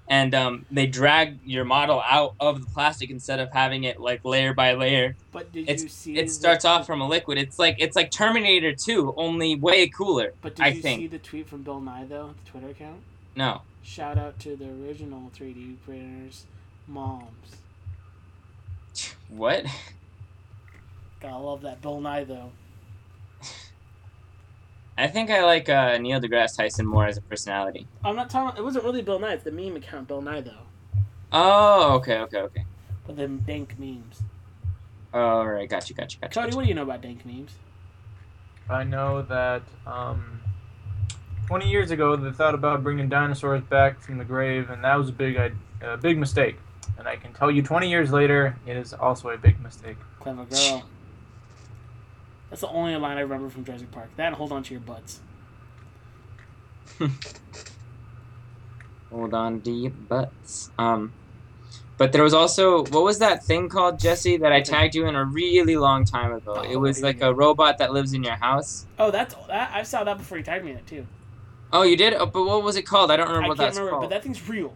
Speaker 3: And um, they drag your model out of the plastic instead of having it like layer by layer
Speaker 1: But did
Speaker 3: It's-
Speaker 1: you see?
Speaker 3: it starts off from a liquid. It's like it's like Terminator 2, only way cooler.
Speaker 1: But did
Speaker 3: I
Speaker 1: you
Speaker 3: think.
Speaker 1: see the tweet from Bill Nye though? The Twitter account.
Speaker 3: No.
Speaker 1: Shout out to the original 3D printers, moms.
Speaker 3: What?
Speaker 1: Gotta love that Bill Nye though.
Speaker 3: I think I like uh, Neil deGrasse Tyson more as a personality.
Speaker 1: I'm not talking. It wasn't really Bill Nye. It's the meme account Bill Nye though.
Speaker 3: Oh, okay, okay, okay.
Speaker 1: But them dank memes.
Speaker 3: All right, got you, got you, got you.
Speaker 1: Cody, what do you know about dank memes?
Speaker 5: I know that um, 20 years ago they thought about bringing dinosaurs back from the grave, and that was a big, id- a big mistake. And I can tell you, 20 years later, it is also a big mistake.
Speaker 1: Clever girl. That's the only line I remember from Jurassic Park. That and hold on to your butts.
Speaker 3: Hold on to your butts. Um, but there was also what was that thing called Jesse that I tagged you in a really long time ago? It was like a robot that lives in your house.
Speaker 1: Oh, that's that, I saw that before you tagged me in it too.
Speaker 3: Oh, you did? Oh, but what was it called? I don't
Speaker 1: I
Speaker 3: remember
Speaker 1: can't
Speaker 3: what that's
Speaker 1: remember, but
Speaker 3: called.
Speaker 1: that thing's real.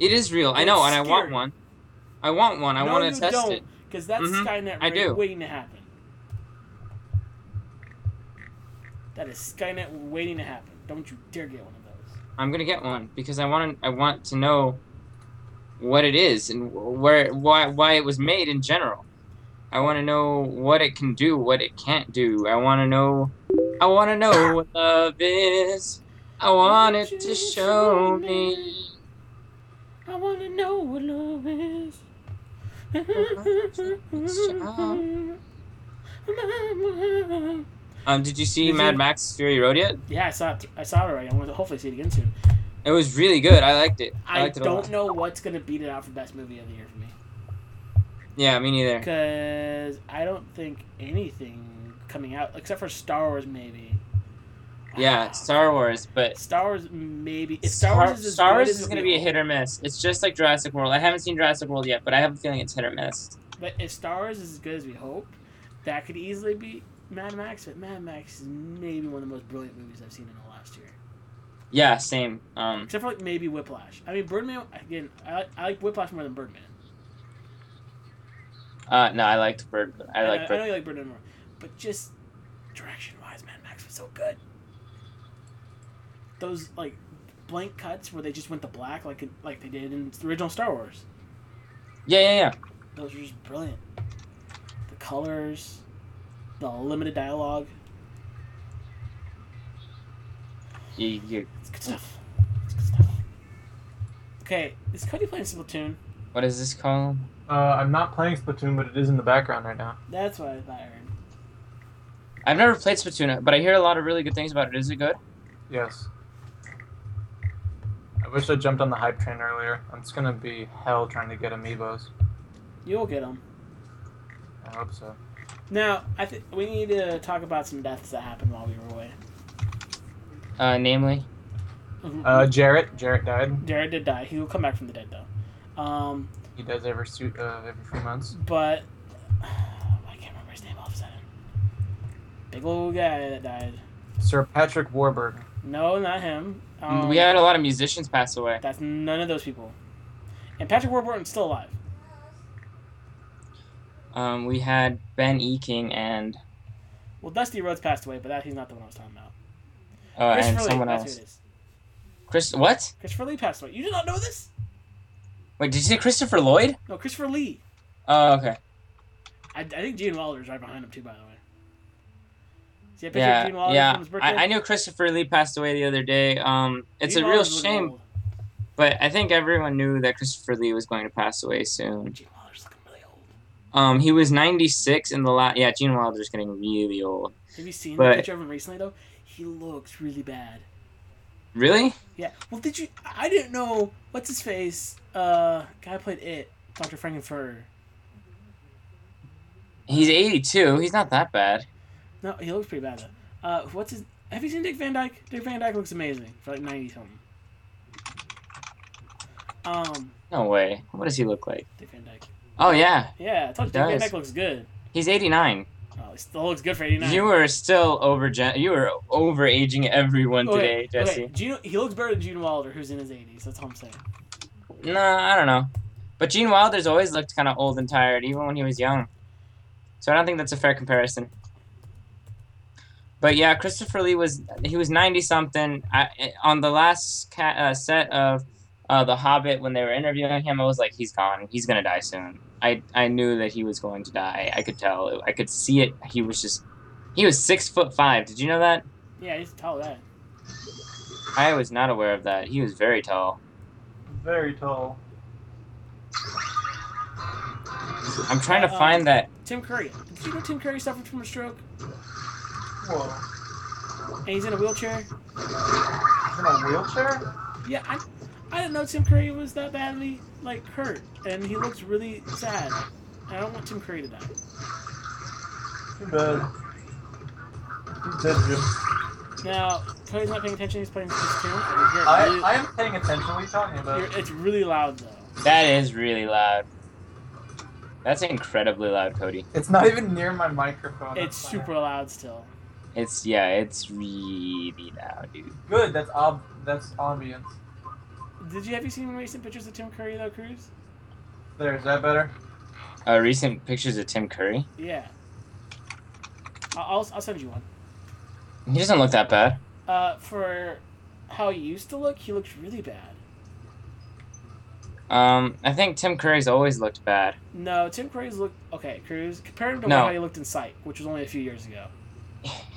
Speaker 3: It is real. I
Speaker 1: It's
Speaker 3: know, and I want
Speaker 1: scary.
Speaker 3: one. I want one. I
Speaker 1: no,
Speaker 3: want
Speaker 1: you
Speaker 3: to test
Speaker 1: don't,
Speaker 3: it. Mm-hmm.
Speaker 1: because that's
Speaker 3: Mhm,
Speaker 1: Skynet
Speaker 3: I
Speaker 1: right
Speaker 3: do.
Speaker 1: waiting to happen. That is Skynet waiting to happen. Don't you dare get one of those.
Speaker 3: I'm gonna get one because I want to. I want to know what it is and wh- where why why it was made in general. I want to know what it can do, what it can't do. I want to know. I want to know what love is. I want it to show me.
Speaker 1: I want to know what love is.
Speaker 3: Um, did you see
Speaker 1: Did you-
Speaker 3: Mad Max Fury Road yet?
Speaker 1: yeah, I saw it. I saw it already. I want to hopefully see it again soon.
Speaker 3: It was really good. I liked it. I,
Speaker 1: I,
Speaker 3: liked it a
Speaker 1: don't
Speaker 3: lot.
Speaker 1: know what's gonna beat it out for best movie of the year for me
Speaker 3: Yeah, me neither.
Speaker 1: because I don't think anything coming out except for Star Wars maybe. Ah.
Speaker 3: Yeah, Star Wars, but
Speaker 1: Star Wars maybe. If Star, Wars is as
Speaker 3: Star
Speaker 1: good
Speaker 3: Wars
Speaker 1: as
Speaker 3: is
Speaker 1: we
Speaker 3: going to be a
Speaker 1: hope-
Speaker 3: hit or miss. It's just like Jurassic World. I haven't seen Jurassic World yet, but I have a feeling it's hit or miss.
Speaker 1: But if Star Wars is as good as we hope, that could easily be Mad Max. But Mad Max is maybe one of the most brilliant movies I've seen in the last year,
Speaker 3: Yeah, same. Um,
Speaker 1: except for like maybe Whiplash. I mean, Birdman again. I, I like Whiplash more than Birdman.
Speaker 3: uh, no, I liked Bird. I like
Speaker 1: I, I know
Speaker 3: Bird.
Speaker 1: you like Birdman more, but just direction wise, Mad Max was so good. Those like blank cuts where they just went to black, like it- like they did in the original Star Wars.
Speaker 3: Yeah, yeah, yeah.
Speaker 1: Those were just brilliant. The colors, the limited dialogue.
Speaker 3: You, you,
Speaker 1: It's good stuff. It's good stuff. Okay, is Cody playing Splatoon?
Speaker 3: what is this called?
Speaker 5: Uh, I'm not playing Splatoon, but it is in the background right now.
Speaker 1: That's what I thought I heard.
Speaker 3: I've never played Splatoon, but I hear a lot of really good things about it. Is it good?
Speaker 5: Yes. I wish I jumped on the hype train earlier. I'm just gonna be hell trying to get amiibos.
Speaker 1: You'll get them.
Speaker 5: I hope so.
Speaker 1: Now, I think we need to talk about some deaths that happened while we were away.
Speaker 3: Uh, namely, Mm-hmm.
Speaker 5: Uh, Jarrett, Jarrett died.
Speaker 1: Jared did die. He will come back from the dead though. Um,
Speaker 5: He does every suit uh, every few months.
Speaker 1: but I can't remember his name all of a sudden. Big old guy that died.
Speaker 5: Sir Patrick Warburg.
Speaker 1: No, not him. Um,
Speaker 3: Mm, we had a lot of musicians pass away.
Speaker 1: That's none of those people. And Patrick Warburton's still alive.
Speaker 3: Um, we had Ben E. King and
Speaker 1: Well, Dusty Rhodes passed away, but that he's not the one I was talking about.
Speaker 3: uh, and
Speaker 1: Christopher Lee.
Speaker 3: someone
Speaker 1: That's
Speaker 3: else.
Speaker 1: who it is.
Speaker 3: Chris, what?
Speaker 1: Christopher Lee passed away. You did not know this?
Speaker 3: Wait, did you say Christopher Lloyd?
Speaker 1: No, Christopher Lee.
Speaker 3: Oh, okay.
Speaker 1: I, I think Gene Wilder is right behind him too. By the way. See a picture of
Speaker 3: Yeah,
Speaker 1: Gene Wilder
Speaker 3: yeah.
Speaker 1: from his birthday.
Speaker 3: I, I knew Christopher Lee passed away the other day. Um, it's
Speaker 1: Gene
Speaker 3: a real
Speaker 1: Wilder's looking
Speaker 3: shame,
Speaker 1: old.
Speaker 3: but I think everyone knew that Christopher Lee was going to pass away soon.
Speaker 1: Gene Wilder's looking really old.
Speaker 3: Um, he was 96 in the last. Yeah, Gene Wilder's getting really old.
Speaker 1: Have you seen the
Speaker 3: But-
Speaker 1: picture of him recently though? He looks really bad.
Speaker 3: Really?
Speaker 1: Yeah. Well, did you? I didn't know. What's his face? Uh, guy played it. Doctor Frankenfurter.
Speaker 3: He's 82. He's not that bad.
Speaker 1: No, he looks pretty bad though. Uh, what's his? Have you seen Dick Van Dyke? Dick Van Dyke looks amazing for like ninety something. Um,
Speaker 3: No way. What does he look like?
Speaker 1: Dick Van Dyke.
Speaker 3: Oh yeah,
Speaker 1: Yeah, I told you
Speaker 3: He
Speaker 1: Dick Van
Speaker 3: does.
Speaker 1: Dyke looks good.
Speaker 3: he's 89.
Speaker 1: Oh, he still looks good for eighty nine.
Speaker 3: You were still over. You were overaging everyone today, Jesse.
Speaker 1: Okay. Gene, he looks better than Gene Wilder, who's in his eighties. That's all I'm saying.
Speaker 3: No, I don't know. But Gene Wilder's always looked kind of old and tired, even when he was young. So I don't think that's a fair comparison. But yeah, Christopher Lee was he was ninety something I- on the last ca- uh, set of uh, The Hobbit when they were interviewing him. I was like, he's gone. He's gonna die soon. I I knew that he was going to die. I could tell. I could see it. He was just he was six foot five. Did you know that?
Speaker 1: Yeah, he's tall that.
Speaker 3: I was not aware of that. He was very tall.
Speaker 5: Very tall.
Speaker 3: I'm trying to find that.
Speaker 1: Tim Curry. Did you know Tim Curry suffered from a stroke?
Speaker 5: Whoa.
Speaker 1: And he's in a wheelchair.
Speaker 5: He's in a wheelchair?
Speaker 1: Yeah, I, I didn't know Tim Curry was that badly like hurt, and he looks really sad. I don't want Tim Curry to die.
Speaker 5: Too bad. He's dead just.
Speaker 1: Now, Cody's not paying attention. He's playing Splatoon. and you're
Speaker 5: I,
Speaker 1: really-
Speaker 5: I am paying attention. What are you talking about?
Speaker 1: you're- it's really loud though.
Speaker 3: That is really loud. That's incredibly loud, Cody.
Speaker 5: It's not even near my microphone.
Speaker 1: It's
Speaker 5: That's fine.
Speaker 1: super loud still.
Speaker 3: It's yeah, it's really loud, dude.
Speaker 5: good. That's ob. That's ambience.
Speaker 1: Did you have you seen recent pictures of Tim Curry though, Cruz?
Speaker 5: There. Is that better?
Speaker 3: Uh, recent pictures of Tim Curry.
Speaker 1: Yeah. I- I'll I'll send you one.
Speaker 3: He doesn't look that bad.
Speaker 1: Uh, for how he used to look, he looked really bad.
Speaker 3: Um, I think Tim Curry's always looked bad.
Speaker 1: No, Tim Curry's looked okay. Cruz, compare him to
Speaker 3: No.
Speaker 1: how he looked in Psych, which was only a few years ago.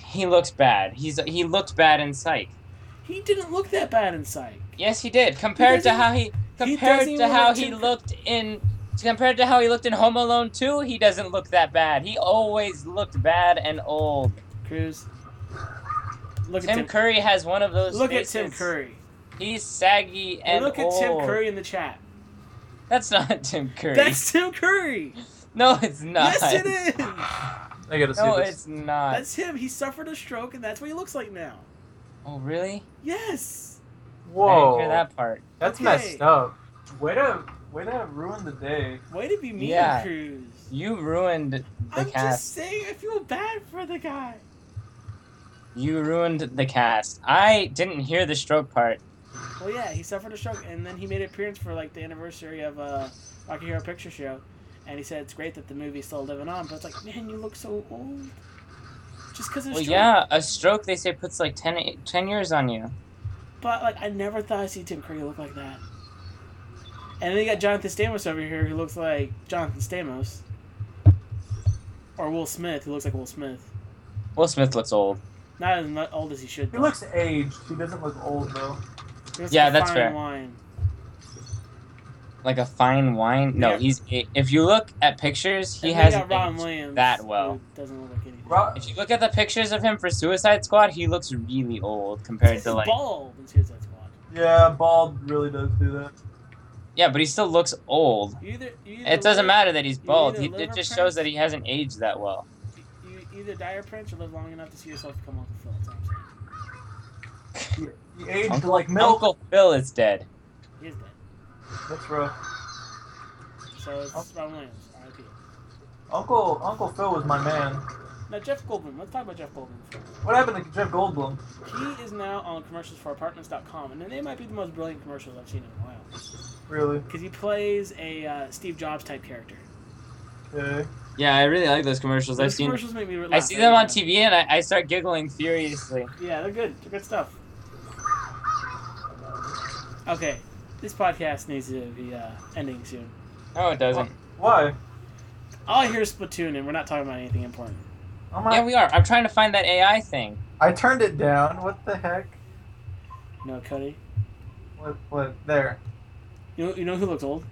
Speaker 3: He looks bad. He's he looked bad in Psych.
Speaker 1: He didn't look that bad in Psych.
Speaker 3: Yes, he did. Compared to
Speaker 1: doesn't-
Speaker 3: how he
Speaker 1: he
Speaker 3: compared
Speaker 1: doesn't
Speaker 3: to
Speaker 1: even
Speaker 3: how
Speaker 1: look
Speaker 3: he
Speaker 1: Tim Cur-
Speaker 3: looked in compared to how he looked in Home Alone 2, he doesn't look that bad. He always looked bad and old.
Speaker 1: Cruz, look
Speaker 3: Tim
Speaker 1: at Tim.
Speaker 3: Curry has one of those
Speaker 1: look
Speaker 3: faces.
Speaker 1: at Tim Curry.
Speaker 3: He's saggy and
Speaker 1: look
Speaker 3: old.
Speaker 1: at Tim Curry in the chat.
Speaker 3: That's not Tim Curry.
Speaker 1: That's Tim Curry.
Speaker 3: No, it's not.
Speaker 1: Yes, it is.
Speaker 5: I gotta see
Speaker 3: No,
Speaker 5: this.
Speaker 3: it's not.
Speaker 1: That's him. He suffered a stroke, and that's what he looks like now.
Speaker 3: Oh, really?
Speaker 1: Yes.
Speaker 3: I
Speaker 5: Whoa,
Speaker 3: didn't hear that part.
Speaker 5: that's
Speaker 1: Okay.
Speaker 5: messed up. Way to way to ruin the day.
Speaker 1: Way to be mean,
Speaker 3: Yeah.
Speaker 1: Cruz.
Speaker 3: You ruined the
Speaker 1: I'm
Speaker 3: cast.
Speaker 1: just saying, I feel bad for the guy.
Speaker 3: You ruined the cast. I didn't hear the stroke part.
Speaker 1: Well, yeah, he suffered a stroke, and then he made an appearance for like the anniversary of uh, Rocky Horror Picture Show, and he said it's great that the movie's still living on, but it's like, man, you look so old. Just because it's
Speaker 3: Well, yeah, a stroke they say puts like 10, 10 years on you.
Speaker 1: But like, I never thought I'd see Tim Curry look like that. And then you got Jonathan Stamos over here, who looks like Jonathan Stamos, or Will Smith, who looks like Will Smith.
Speaker 3: Will Smith looks old.
Speaker 1: Not as mu- old as he should.
Speaker 5: He
Speaker 1: though.
Speaker 5: looks aged. He doesn't look old though.
Speaker 1: He looks
Speaker 3: Yeah,
Speaker 1: like a
Speaker 3: that's
Speaker 1: fine
Speaker 3: fair.
Speaker 1: Wine.
Speaker 3: Like a fine wine. No,
Speaker 1: Yeah.
Speaker 3: he's. If you look at pictures, he
Speaker 1: And
Speaker 3: has.
Speaker 1: then you got Ron Williams.
Speaker 3: that well.
Speaker 1: who Doesn't look like anything.
Speaker 5: Ro-
Speaker 3: If you look at the pictures of him for Suicide Squad, he looks really old compared
Speaker 1: He's
Speaker 3: to like.
Speaker 1: bald in Suicide Squad.
Speaker 5: yeah, bald really does do that.
Speaker 3: Yeah, but he still looks old.
Speaker 1: You either, you either
Speaker 3: It doesn't
Speaker 1: live-
Speaker 3: matter that he's
Speaker 1: you
Speaker 3: bald.
Speaker 1: either
Speaker 3: He,
Speaker 1: live
Speaker 3: it
Speaker 1: or
Speaker 3: just
Speaker 1: perish.
Speaker 3: shows that he hasn't aged that well.
Speaker 1: You either die or prince or live long enough to see yourself become Uncle Phil. That's what I'm saying.
Speaker 5: He, he aged
Speaker 3: Uncle,
Speaker 5: like milk.
Speaker 3: Uncle Phil is dead.
Speaker 1: He is dead.
Speaker 5: That's rough.
Speaker 1: So it's
Speaker 5: Oh.
Speaker 1: Ron Williams, R.I.P.
Speaker 5: Uncle Uncle Phil was my man.
Speaker 1: Now Jeff Goldblum. Let's talk about Jeff Goldblum. for a minute.
Speaker 5: What happened to Jeff Goldblum?
Speaker 1: He is now on commercials for Apartments.com, and they might be the most brilliant commercials I've seen in a while
Speaker 5: Really?
Speaker 1: because he plays a uh, Steve Jobs type character.
Speaker 5: Yeah.
Speaker 3: Yeah, I really like those commercials.
Speaker 1: Those commercials make me. Laugh
Speaker 3: I see
Speaker 1: every
Speaker 3: them on
Speaker 1: time.
Speaker 3: TV and I, I start giggling furiously.
Speaker 1: Yeah, they're good. They're good stuff. Okay, this podcast needs to be uh, ending soon.
Speaker 3: No, it doesn't.
Speaker 5: Oh, Why?
Speaker 1: All I hear is Splatoon, and we're not talking about anything important.
Speaker 5: Oh my!
Speaker 3: Yeah, we are. I'm trying to find that AI thing.
Speaker 5: I turned it down. What the heck?
Speaker 1: No, Cody.
Speaker 5: What? What? There.
Speaker 1: You know, you know who looks old?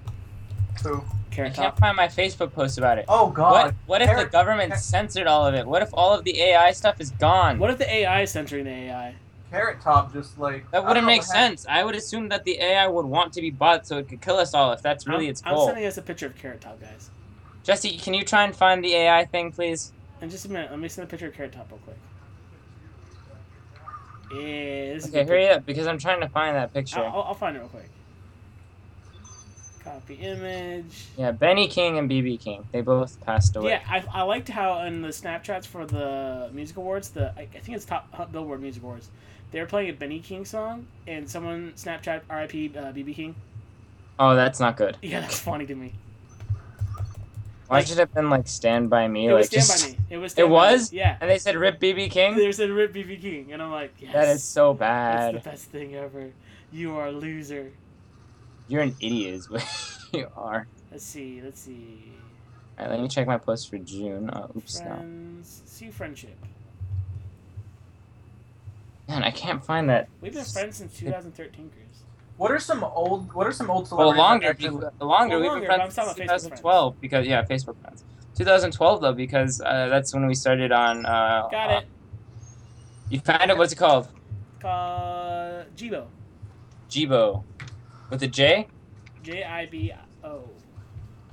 Speaker 5: So.
Speaker 3: I
Speaker 1: Carrot Top.
Speaker 3: can't find my Facebook post about it.
Speaker 5: Oh
Speaker 3: What?
Speaker 5: God.
Speaker 3: What if the
Speaker 5: Eric-
Speaker 3: government
Speaker 5: Eric-
Speaker 3: censored all of it? What if all of the AI stuff is gone?
Speaker 1: What if the AI is censoring the AI?
Speaker 5: Carrot Top just like. I
Speaker 3: That
Speaker 5: don't
Speaker 3: wouldn't
Speaker 5: know
Speaker 3: make
Speaker 5: what happened.
Speaker 3: sense. I would assume that the AI would want to be bought so it could kill us all if that's really
Speaker 1: I'm,
Speaker 3: its
Speaker 1: I'm
Speaker 3: goal.
Speaker 1: sending us a picture of Carrot Top, guys.
Speaker 3: Jesse, can you try and find the AI thing, please?
Speaker 1: In just a minute, let me send a picture of Carrot Top real quick. Yeah, this is
Speaker 3: Okay,
Speaker 1: good
Speaker 3: hurry up because I'm trying to find that picture.
Speaker 1: I'll, I'll- I'll find it real quick. Copy image.
Speaker 3: Yeah, Benny King and BB King. They both passed away.
Speaker 1: Yeah, I, I liked how in the Snapchats for the music awards, the I, I think it's top uh, Billboard Music Awards, they were playing a Benny King song, and someone Snapchat RIP uh, BB King.
Speaker 3: Oh, that's not good.
Speaker 1: Yeah, that's funny to me.
Speaker 3: Why
Speaker 1: Like-
Speaker 3: should it have been like Stand By Me?
Speaker 1: It
Speaker 3: like
Speaker 1: was Stand
Speaker 3: just-
Speaker 1: by Me. It was. Stand By Me.
Speaker 3: was?
Speaker 1: Yeah.
Speaker 3: And they said Rip BB King?
Speaker 1: There's a rip BB King, and I'm like, yes.
Speaker 3: That is so
Speaker 1: It's
Speaker 3: bad.
Speaker 1: the best thing ever. You are a loser.
Speaker 3: You're an idiot, is what you are.
Speaker 1: Let's see. Let's see.
Speaker 3: Alright, let me check my post for June. Oh, oops, no.
Speaker 1: Friends. See friendship.
Speaker 3: Man, I can't find that.
Speaker 1: We've been friends since 2013, Cruz.
Speaker 5: What are some old? What are some old
Speaker 3: Well,
Speaker 5: celebrities? that
Speaker 3: longer,
Speaker 5: actually-
Speaker 3: because,
Speaker 1: Well,
Speaker 3: longer. We've
Speaker 1: longer,
Speaker 3: been
Speaker 1: but
Speaker 3: friends
Speaker 1: I'm talking
Speaker 3: since
Speaker 1: about Facebook
Speaker 3: 2012 because yeah, Facebook friends. 2012 though, because uh, that's when we started on. Uh,
Speaker 1: Got
Speaker 3: uh,
Speaker 1: it.
Speaker 3: You found it. What's it called?
Speaker 1: Uh, Jibo.
Speaker 3: Jibo, with a J.
Speaker 1: J I B O.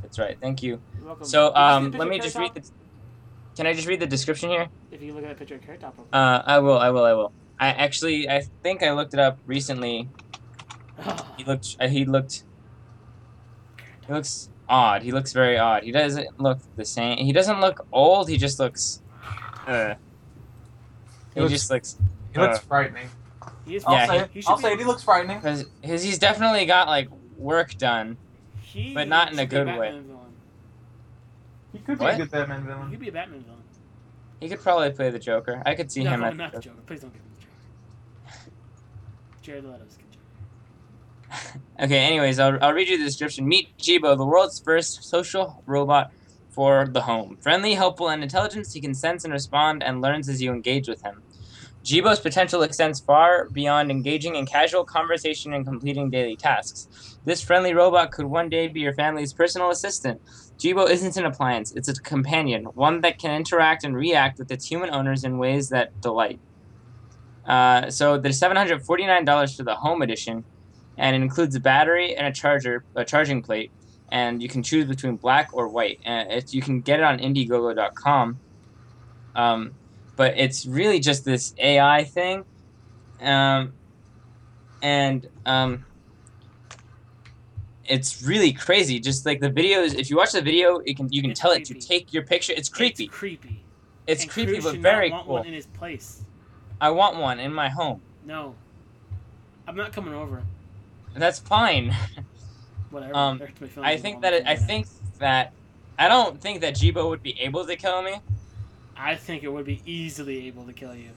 Speaker 3: That's right. Thank you.
Speaker 1: You're welcome. Did you
Speaker 3: So
Speaker 1: see
Speaker 3: um,
Speaker 1: the
Speaker 3: let me
Speaker 1: picture
Speaker 3: just
Speaker 1: of
Speaker 3: read
Speaker 1: Carrot
Speaker 3: the. Can I just read the description here?
Speaker 1: Top? If you look at a picture of Carrot Top. real quick.
Speaker 3: Uh, I will. I will. I will. I actually, I think I looked it up recently.
Speaker 1: Ah,
Speaker 3: He looked. Uh, he looked. He looks odd. He looks very odd. He doesn't look the same. He doesn't look old. He just looks. Uh,
Speaker 5: He
Speaker 3: he
Speaker 5: looks-
Speaker 3: just looks
Speaker 5: He looks
Speaker 3: Uh,
Speaker 5: frightening.
Speaker 1: he is
Speaker 3: Yeah,
Speaker 5: I'll
Speaker 1: pretty-
Speaker 5: say
Speaker 1: he
Speaker 5: it.
Speaker 1: should
Speaker 5: I'll
Speaker 1: be-
Speaker 5: say it. He looks frightening.
Speaker 3: because he's definitely got like work done.
Speaker 1: he
Speaker 3: but not in a
Speaker 1: should be
Speaker 3: good way.
Speaker 1: Batman Villain.
Speaker 5: He could be
Speaker 3: What?
Speaker 5: a good Batman
Speaker 1: He
Speaker 5: villain.
Speaker 1: could be a Batman villain.
Speaker 3: He could probably play the Joker. I could see
Speaker 1: no,
Speaker 3: him
Speaker 1: no,
Speaker 3: at
Speaker 1: not the Joker. Please don't give him the Joker. Jared Leto's good Joker.
Speaker 3: Okay, anyways, I'll, I'll read you the description. Meet Jibo, the world's first social robot for the home. Friendly, helpful, and intelligent, he can sense and respond and learns as you engage with him. Jibo's potential extends far beyond engaging in casual conversation and completing daily tasks. This friendly robot could one day be your family's personal assistant. Jibo isn't an appliance, it's a companion, one that can interact and react with its human owners in ways that delight. Uh, so there's $749 for the home edition and it includes a battery and a charger, a charging plate, and you can choose between black or white. And if you can get it on Indiegogo.com, um, but it's really just this AI thing, um, and um, it's really crazy. Just like the videos, if you watch the video, it can you can
Speaker 1: It's
Speaker 3: tell it to
Speaker 1: creepy.
Speaker 3: take your picture. It's creepy.
Speaker 1: It's creepy.
Speaker 3: It's,
Speaker 1: And
Speaker 3: creepy,
Speaker 1: Cruz
Speaker 3: but
Speaker 1: should not
Speaker 3: very
Speaker 1: want
Speaker 3: cool.
Speaker 1: One in his place.
Speaker 3: I want one in my home.
Speaker 1: No, I'm not coming over.
Speaker 3: That's fine.
Speaker 1: Whatever.
Speaker 3: Um,
Speaker 1: Hurts my feelings
Speaker 3: I
Speaker 1: if
Speaker 3: think
Speaker 1: I'm
Speaker 3: that it,
Speaker 1: coming
Speaker 3: I
Speaker 1: over.
Speaker 3: think that I don't think that Jibo would be able to kill me.
Speaker 1: I think it would be easily able to kill you.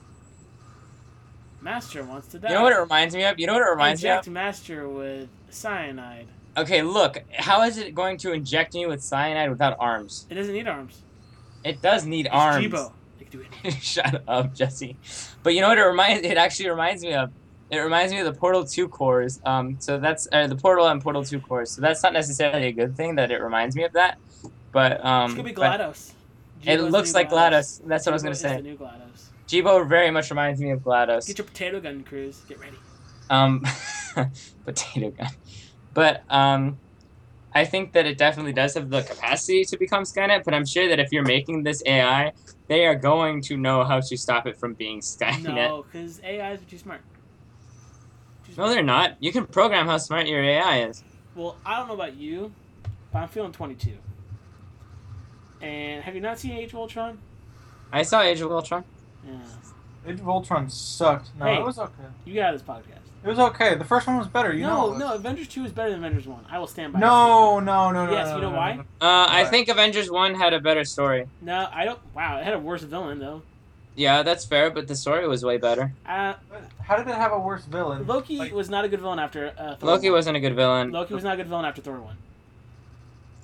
Speaker 1: Master wants to die.
Speaker 3: You know what it reminds me of? You know what it reminds me
Speaker 1: Inject
Speaker 3: of?
Speaker 1: Master with cyanide.
Speaker 3: Okay, look, how is it going to inject me with cyanide without arms?
Speaker 1: It doesn't need arms.
Speaker 3: It does need
Speaker 1: It's
Speaker 3: arms.
Speaker 1: Jibo. It can do anything.
Speaker 3: Shut up, Jesse. But you know what it reminds it actually reminds me of? It reminds me of the Portal 2 cores. Um so that's uh, the Portal and Portal 2 cores. So that's not necessarily a good thing that it reminds me of that. But um
Speaker 1: it's gonna be
Speaker 3: but
Speaker 1: GLaDOS.
Speaker 3: it
Speaker 1: Jibo's the
Speaker 3: looks
Speaker 1: new
Speaker 3: like GLaDOS. That's what I was
Speaker 1: Jibo
Speaker 3: gonna
Speaker 1: is
Speaker 3: say.
Speaker 1: The new GLaDOS.
Speaker 3: Jibo very much reminds me of GLaDOS.
Speaker 1: Get your potato gun, Cruz. Get ready.
Speaker 3: Um, potato gun. But um, I think that it definitely does have the capacity to become Skynet. But I'm sure that if you're making this AI, they are going to know how to stop it from being Skynet.
Speaker 1: No, because AIs are too smart. Too
Speaker 3: No,
Speaker 1: smart.
Speaker 3: they're not. You can program how smart your AI is.
Speaker 1: Well, I don't know about you, but I'm feeling 22. And have you not seen Age of Ultron?
Speaker 3: I saw Age of Ultron.
Speaker 1: Yeah.
Speaker 5: It Voltron sucked. No,
Speaker 1: Hey.
Speaker 5: it was okay.
Speaker 1: You got this podcast.
Speaker 5: It was okay. The first one was better. You know.
Speaker 1: no,
Speaker 5: it
Speaker 1: no,
Speaker 5: was.
Speaker 1: Avengers 2 is better than Avengers 1. I will stand by
Speaker 5: No, no, no, no.
Speaker 1: Yes,
Speaker 5: no,
Speaker 1: you know
Speaker 5: no,
Speaker 1: why?
Speaker 5: no.
Speaker 3: Uh, I
Speaker 5: Right.
Speaker 3: think Avengers One had a better story.
Speaker 1: that. No, I don't. Wow, it had a worse villain, though.
Speaker 3: Yeah, that's fair, but the story was way better.
Speaker 1: Uh,
Speaker 5: How did it have a worse villain?
Speaker 1: Loki
Speaker 5: Like,
Speaker 1: was not a good villain after uh, Thor
Speaker 3: Loki
Speaker 1: one.
Speaker 3: wasn't a good villain.
Speaker 1: Loki was not a good villain after Thor 1.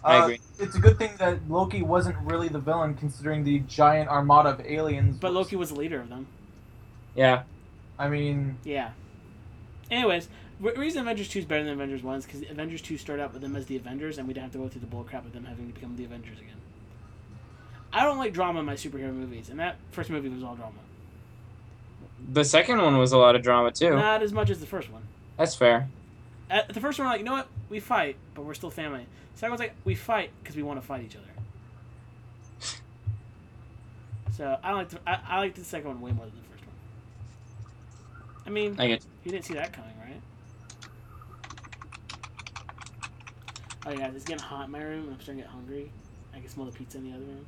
Speaker 3: I
Speaker 5: uh,
Speaker 3: agree.
Speaker 5: It's a good thing that Loki wasn't really the villain, considering the giant armada of aliens.
Speaker 1: But
Speaker 5: was-
Speaker 1: Loki was the leader of them.
Speaker 3: Yeah,
Speaker 5: I mean,
Speaker 1: Yeah. Anyways, the reason Avengers 2 is better than Avengers 1 is because Avengers 2 started out with them as the Avengers, and we didn't have to go through the bullcrap of them having to become the Avengers again. I don't like drama in my superhero movies, and that first movie was all drama.
Speaker 3: the second one was a lot of drama too.
Speaker 1: Not as much as the first one.
Speaker 3: That's fair.
Speaker 1: At the first one, like, you know what? We fight, but we're still family. Second one's like, we fight because we want to fight each other. So I like the, I, I like the second one way more than the first one. I mean,
Speaker 3: I get.
Speaker 1: You didn't see that coming, right? Oh yeah, it's getting hot in my room, and I'm starting to get hungry. I can smell the pizza in the other room.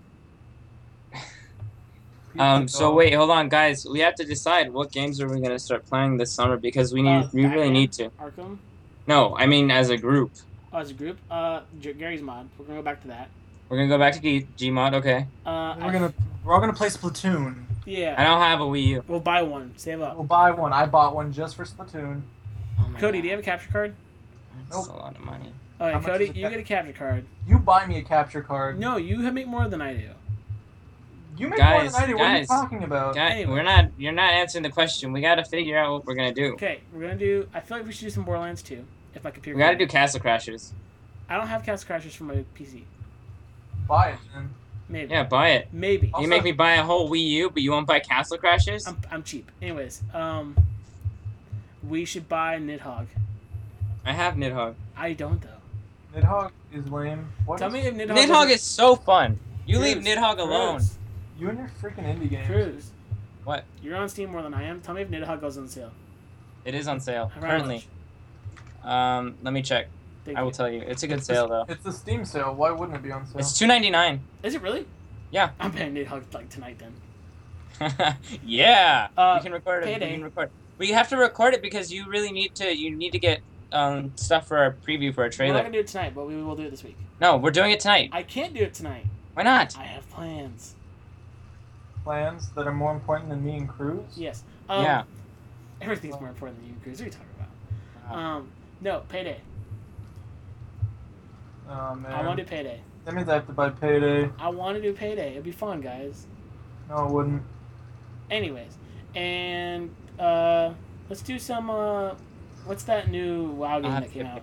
Speaker 3: Um, so wait, hold on, guys. We have to decide what games are we gonna start playing this summer because we need,
Speaker 1: Uh,
Speaker 3: we really
Speaker 1: Batman.
Speaker 3: need to.
Speaker 1: Arkham,
Speaker 3: No, I mean as a group,
Speaker 1: oh, as a group, uh, J- Gary's mod. We're gonna go back to that.
Speaker 3: we're gonna go back to G- Gmod. Okay,
Speaker 1: Uh, I-
Speaker 5: we're gonna we're all gonna play Splatoon.
Speaker 3: I
Speaker 1: yeah.
Speaker 3: don't have a Wii U.
Speaker 1: We'll buy one. Save up.
Speaker 5: We'll buy one. I bought one just for Splatoon.
Speaker 3: Oh my
Speaker 1: Cody,
Speaker 3: God,
Speaker 1: do you have a capture card?
Speaker 3: That's a lot of money.
Speaker 1: Oh, yeah,
Speaker 5: How much
Speaker 1: Cody,
Speaker 5: is it
Speaker 1: you
Speaker 5: that-
Speaker 1: get a capture card.
Speaker 5: You buy me a capture card.
Speaker 1: No, you ha- make more than I do.
Speaker 5: You make
Speaker 3: Guys,
Speaker 5: more than I do. What are you
Speaker 3: guys.
Speaker 5: talking about?
Speaker 3: Guy-
Speaker 1: Uh, anyway.
Speaker 3: we're not. You're not answering the question. We gotta figure out what we're gonna do.
Speaker 1: Okay, we're gonna do. I feel like we should do some Borderlands too. If my computer.
Speaker 3: We gotta do
Speaker 1: can-
Speaker 3: Castle Crashers.
Speaker 1: I don't have Castle Crashers for my PC.
Speaker 5: Buy it. Then.
Speaker 1: Maybe.
Speaker 3: Yeah, buy it.
Speaker 1: Maybe.
Speaker 5: Also-
Speaker 3: you make me buy a whole Wii U, but you won't buy Castle Crashers.
Speaker 1: I'm, I'm cheap. Anyways, um, we should buy Nidhogg.
Speaker 3: I have Nidhogg.
Speaker 1: I don't though.
Speaker 5: Nidhogg is lame. What
Speaker 1: Tell
Speaker 5: is-
Speaker 1: me if Nidhogg.
Speaker 3: Nidhogg is so fun. You leave
Speaker 1: Cruz,
Speaker 3: Nidhogg alone.
Speaker 1: Cruz,
Speaker 5: You and your freaking indie games.
Speaker 1: Cruz.
Speaker 3: What?
Speaker 1: You're on Steam more than I am. Tell me if Nidhogg goes on sale.
Speaker 3: It is on sale
Speaker 1: Around
Speaker 3: currently.
Speaker 1: much.
Speaker 3: Um, let me check.
Speaker 1: Thank
Speaker 3: I will
Speaker 1: you.
Speaker 3: tell you. It's a good sale though.
Speaker 5: It's the Steam sale. Why wouldn't it be on sale?
Speaker 3: It's two ninety nine.
Speaker 1: Is it really?
Speaker 3: Yeah.
Speaker 1: I'm paying Nidhogg like tonight then.
Speaker 3: yeah.
Speaker 1: Uh,
Speaker 3: we can record it.
Speaker 1: Payday.
Speaker 3: We can record. We have to record it because you really need to. You need to get um, stuff for our preview for our
Speaker 1: We're not
Speaker 3: trailer.
Speaker 1: gonna do it tonight, but we will do it this week.
Speaker 3: No, we're doing it tonight.
Speaker 1: I can't do it tonight.
Speaker 3: Why not?
Speaker 1: I have plans.
Speaker 5: plans that are more important than me and Cruz?
Speaker 1: Yes. Um,
Speaker 3: yeah.
Speaker 1: Everything's more important than you, Cruz. What are you talking
Speaker 3: Oh.
Speaker 1: about? Um, no, payday.
Speaker 5: Oh, man.
Speaker 3: Um,
Speaker 1: I want to do payday.
Speaker 5: That means I have to buy payday.
Speaker 1: I want to do payday. It'd be fun, guys.
Speaker 5: No, it wouldn't.
Speaker 1: Anyways, and uh, let's do some. Uh, what's that new WoW game
Speaker 3: have
Speaker 1: that
Speaker 3: to
Speaker 1: came
Speaker 3: get
Speaker 1: out?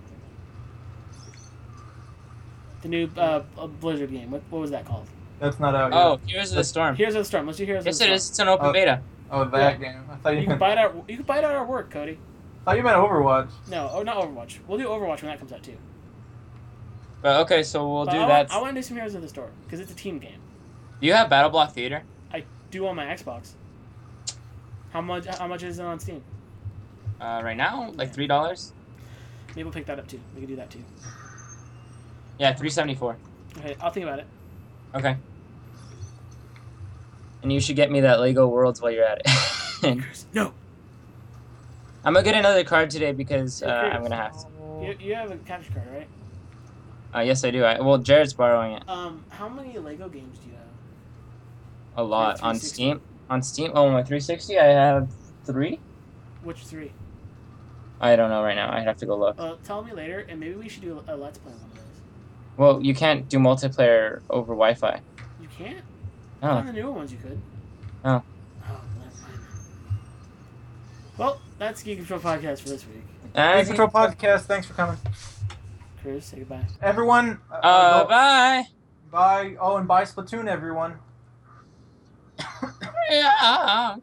Speaker 1: The new uh, uh, Blizzard game. What, what was that called?
Speaker 5: That's not out
Speaker 3: Oh,
Speaker 5: yet.
Speaker 3: Heroes of the Storm.
Speaker 1: Heroes of the Storm. Let's do Heroes
Speaker 3: Yes,
Speaker 1: of
Speaker 3: it
Speaker 1: the
Speaker 3: is. It's an open
Speaker 5: Oh.
Speaker 3: beta.
Speaker 5: Oh, that game. I thought
Speaker 1: Storm.
Speaker 5: you,
Speaker 1: You can
Speaker 5: meant,
Speaker 1: buy it out. You can buy it out our work, Cody.
Speaker 5: thought you meant Overwatch.
Speaker 1: No, oh, not Overwatch. We'll do Overwatch when that comes out too.
Speaker 3: But okay, so we'll
Speaker 1: But
Speaker 3: do
Speaker 1: I
Speaker 3: that.
Speaker 1: Want, I want to do some Heroes of the Storm because it's a team game.
Speaker 3: Do you have Battle Block Theater?
Speaker 1: Do on my Xbox. How much? How much is it on Steam?
Speaker 3: Uh, right now, like
Speaker 1: Yeah.
Speaker 3: three dollars.
Speaker 1: Maybe we'll pick that up too. We can do that too.
Speaker 3: Yeah, three seventy four.
Speaker 1: Okay, I'll think about it.
Speaker 3: Okay. And you should get me that Lego Worlds while you're at it.
Speaker 1: Chris, no,
Speaker 3: I'm gonna get another card today because uh,
Speaker 1: Okay.
Speaker 3: I'm gonna have. To.
Speaker 1: you, you have a capture card, right?
Speaker 3: Uh, yes, I do. I, well, Jared's borrowing it
Speaker 1: Um, how many Lego games do you have?
Speaker 3: a lot on
Speaker 1: 360.
Speaker 3: Steam. On Steam, oh my 360, I have three.
Speaker 1: Which three?
Speaker 3: I don't know right now. I'd have to go look.
Speaker 1: Uh, tell me later, and maybe we should do a Let's Play one of those.
Speaker 3: Well, you can't do multiplayer over Wi-Fi.
Speaker 1: You can't. On
Speaker 3: Oh,
Speaker 1: the newer ones, you could.
Speaker 3: Oh.
Speaker 1: Oh, never mind. Well, that's Geek Control podcast for this week.
Speaker 5: Hey,
Speaker 3: I
Speaker 5: Control Podcast, thanks for coming.
Speaker 1: Chris, say goodbye.
Speaker 5: Everyone, uh,
Speaker 3: Uh,
Speaker 5: go-
Speaker 3: bye.
Speaker 5: buy. Oh, and buy Splatoon, everyone.
Speaker 3: Yeah.